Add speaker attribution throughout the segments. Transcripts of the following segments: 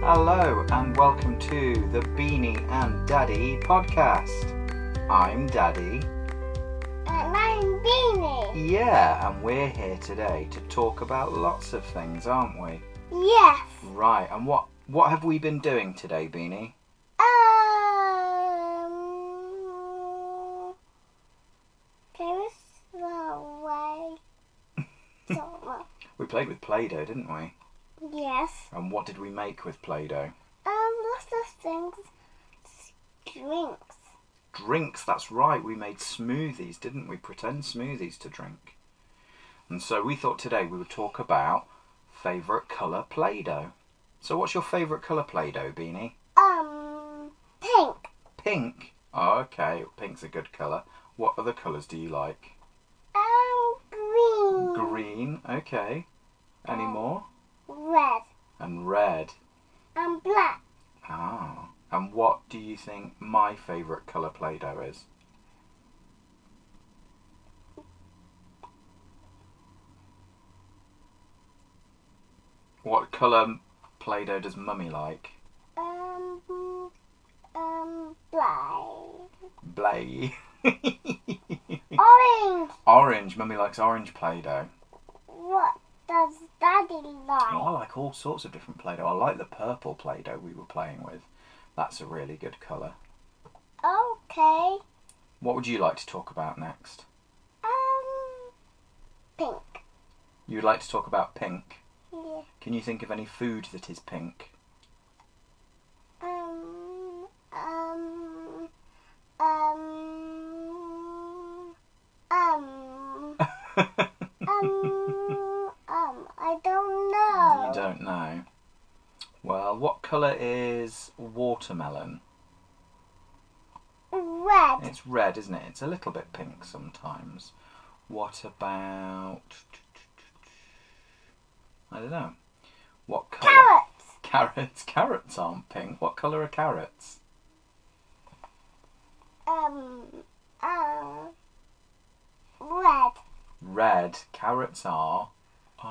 Speaker 1: Hello and welcome to the Beanie and Daddy podcast. I'm Daddy.
Speaker 2: And I'm Beanie.
Speaker 1: Yeah, and we're here today to talk about lots of things, aren't we?
Speaker 2: Yes.
Speaker 1: Right, and what what have we been doing today, Beanie?
Speaker 2: Um. Can we throw away? Don't
Speaker 1: We played with Play-Doh, didn't we?
Speaker 2: know. yes.
Speaker 1: And what did we make with Play-Doh?
Speaker 2: Um, lots of things. Drinks.
Speaker 1: Drinks, that's right. We made smoothies, didn't we? Pretend smoothies to drink. And so we thought today we would talk about favorite color Play-Doh. So what's your favorite color Play-Doh, Beanie?
Speaker 2: Um, pink.
Speaker 1: Pink. Oh, okay, pink's a good color. What other colors do you like?
Speaker 2: Um, green.
Speaker 1: Green. Okay. Any more?
Speaker 2: Red.
Speaker 1: And red.
Speaker 2: And black.
Speaker 1: Ah. And what do you think my favorite color Play-Doh is? What color Play-Doh does Mummy like?
Speaker 2: Um, um, black.
Speaker 1: Blay. Mm.
Speaker 2: Orange.
Speaker 1: orange. Mummy likes orange Play-Doh.
Speaker 2: What does Daddy
Speaker 1: Oh, I
Speaker 2: like?
Speaker 1: like all sorts of different Play-Doh. I like the purple Play-Doh we were playing with. That's a really good colour.
Speaker 2: Okay.
Speaker 1: What would you like to talk about next?
Speaker 2: Um, pink.
Speaker 1: You'd like to talk about pink.
Speaker 2: Yeah.
Speaker 1: Can you think of any food that is pink?
Speaker 2: Um, um, um, um, um, um. I don't know.
Speaker 1: You don't know. Well, what colour is watermelon?
Speaker 2: Red.
Speaker 1: It's red, isn't it? It's a little bit pink sometimes. What about. I don't know. What colour?
Speaker 2: Carrots.
Speaker 1: Carrots. Carrots aren't pink. What colour are carrots?
Speaker 2: Um, um. Red.
Speaker 1: Red carrots are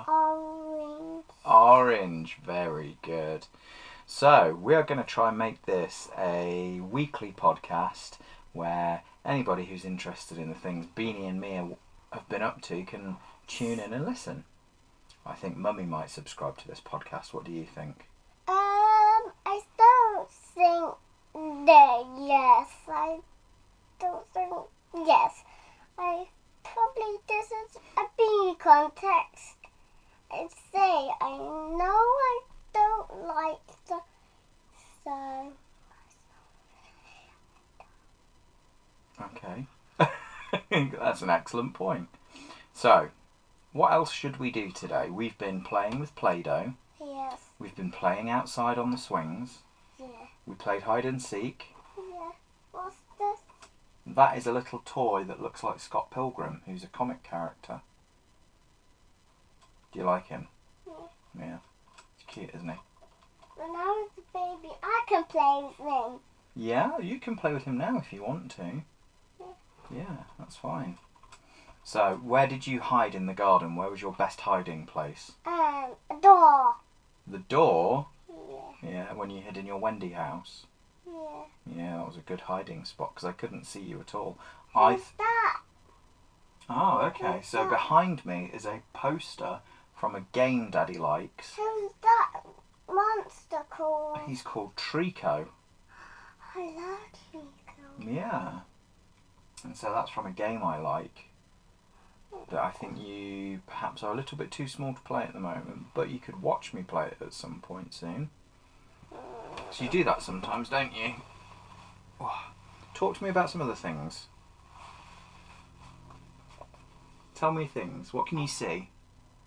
Speaker 2: Orange.
Speaker 1: orange. Very good. So, we are going to try and make this a weekly podcast where anybody who's interested in the things Beanie and me have been up to can tune in and listen. I think Mummy might subscribe to this podcast. What do you think?
Speaker 2: Um, I don't think that. Yes, I don't think. Yes, I probably this is a bean context. I say I know I don't like the so.
Speaker 1: Okay. That's an excellent point. So, what else should we do today? We've been playing with Play Doh,
Speaker 2: Yes,
Speaker 1: we've been playing outside on the swings,
Speaker 2: yeah,
Speaker 1: we played hide and seek.
Speaker 2: yeah. What's this?
Speaker 1: That is a little toy that looks like Scott Pilgrim, who's a comic character. Do you like him?
Speaker 2: Yeah.
Speaker 1: Yeah. He's cute, isn't he?
Speaker 2: When I was a baby, I can play with him.
Speaker 1: Yeah, you can play with him now if you want to. Yeah, that's fine. So, where did you hide in the garden? Where was your best hiding place?
Speaker 2: Um, a door.
Speaker 1: The door?
Speaker 2: Yeah,
Speaker 1: Yeah, when you hid in your Wendy house.
Speaker 2: yeah.
Speaker 1: Yeah, that was a good hiding spot because I couldn't see you at all. I th-
Speaker 2: Who's that?
Speaker 1: oh, okay. So behind me is a poster from a game Daddy likes.
Speaker 2: Who's that monster called?
Speaker 1: He's called Trico.
Speaker 2: I love Trico.
Speaker 1: Yeah. And so that's from a game I like. That I think you perhaps are a little bit too small to play at the moment, but you could watch me play it at some point soon. So you do that sometimes, don't you? Oh, Talk to me about some other things. Tell me things. What can you see?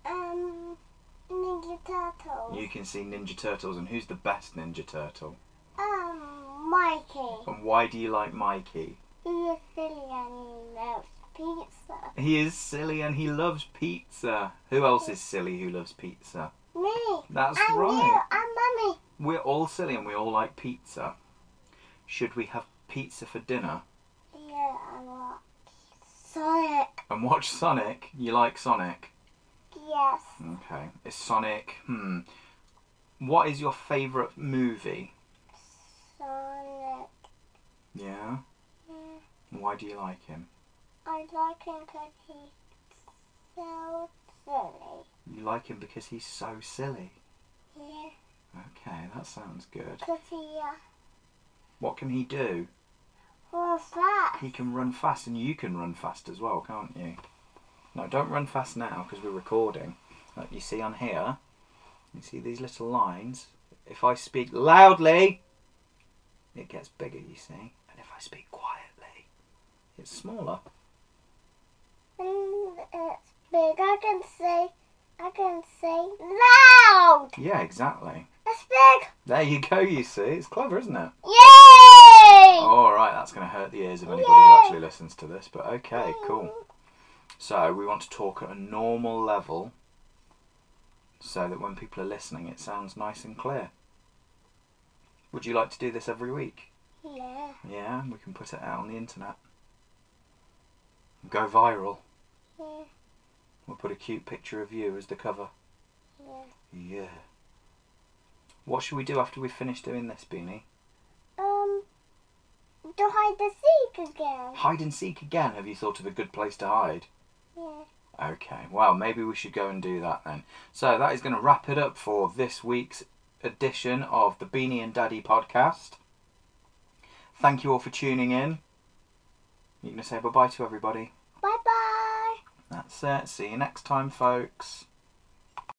Speaker 2: Um, Ninja Turtles.
Speaker 1: You can see Ninja Turtles, and who's the best Ninja Turtle?
Speaker 2: Um, Mikey.
Speaker 1: And why do you like Mikey?
Speaker 2: He is silly and he loves pizza.
Speaker 1: He is silly and he loves pizza. Who else is silly who loves pizza?
Speaker 2: Me.
Speaker 1: That's
Speaker 2: and
Speaker 1: right.
Speaker 2: you and Mummy.
Speaker 1: We're all silly and we all like pizza. Should we have pizza for dinner
Speaker 2: Yeah, I want Sonic.
Speaker 1: and watch Sonic? You like Sonic?
Speaker 2: Yes.
Speaker 1: Okay. Is Sonic, hmm, What is your favourite movie?
Speaker 2: Sonic.
Speaker 1: Yeah.
Speaker 2: Yeah,
Speaker 1: Why do you like him?
Speaker 2: I like him because he's so silly.
Speaker 1: You like him because he's so silly.
Speaker 2: Yeah,
Speaker 1: Okay, that sounds good.
Speaker 2: because he uh,
Speaker 1: What can he do?
Speaker 2: was that.
Speaker 1: He can run fast, and you can run fast as well, can't you? No, don't run fast now because we're recording. Like you see on here, you see these little lines. If I speak loudly, it gets bigger, you see. And if I speak quietly, it's smaller.
Speaker 2: And it's big. I can say, I can say loud.
Speaker 1: Yeah, exactly.
Speaker 2: It's big.
Speaker 1: There you go, you see. It's clever, isn't it?
Speaker 2: Yay!
Speaker 1: All right, that's going to hurt the ears of anybody who
Speaker 2: Yay!
Speaker 1: actually listens to this, but okay, cool. So we want to talk at a normal level so that when people are listening it sounds nice and clear. Would you like to do this every week?
Speaker 2: Yeah.
Speaker 1: Yeah, we can put it out on the internet. Go viral.
Speaker 2: Yeah.
Speaker 1: We'll put a cute picture of you as the cover.
Speaker 2: Yeah.
Speaker 1: Yeah. What should we do after we finish doing this, Beanie?
Speaker 2: Um, to hide the seek again.
Speaker 1: Hide and seek again. Have you thought of a good place to hide?
Speaker 2: Yeah.
Speaker 1: Okay, well, maybe we should go and do that then. So that is going to wrap it up for this week's edition of the Beanie and Daddy podcast. Thank you all for tuning in. You're going to say bye bye to everybody.
Speaker 2: Bye bye.
Speaker 1: That's it. See you next time, folks.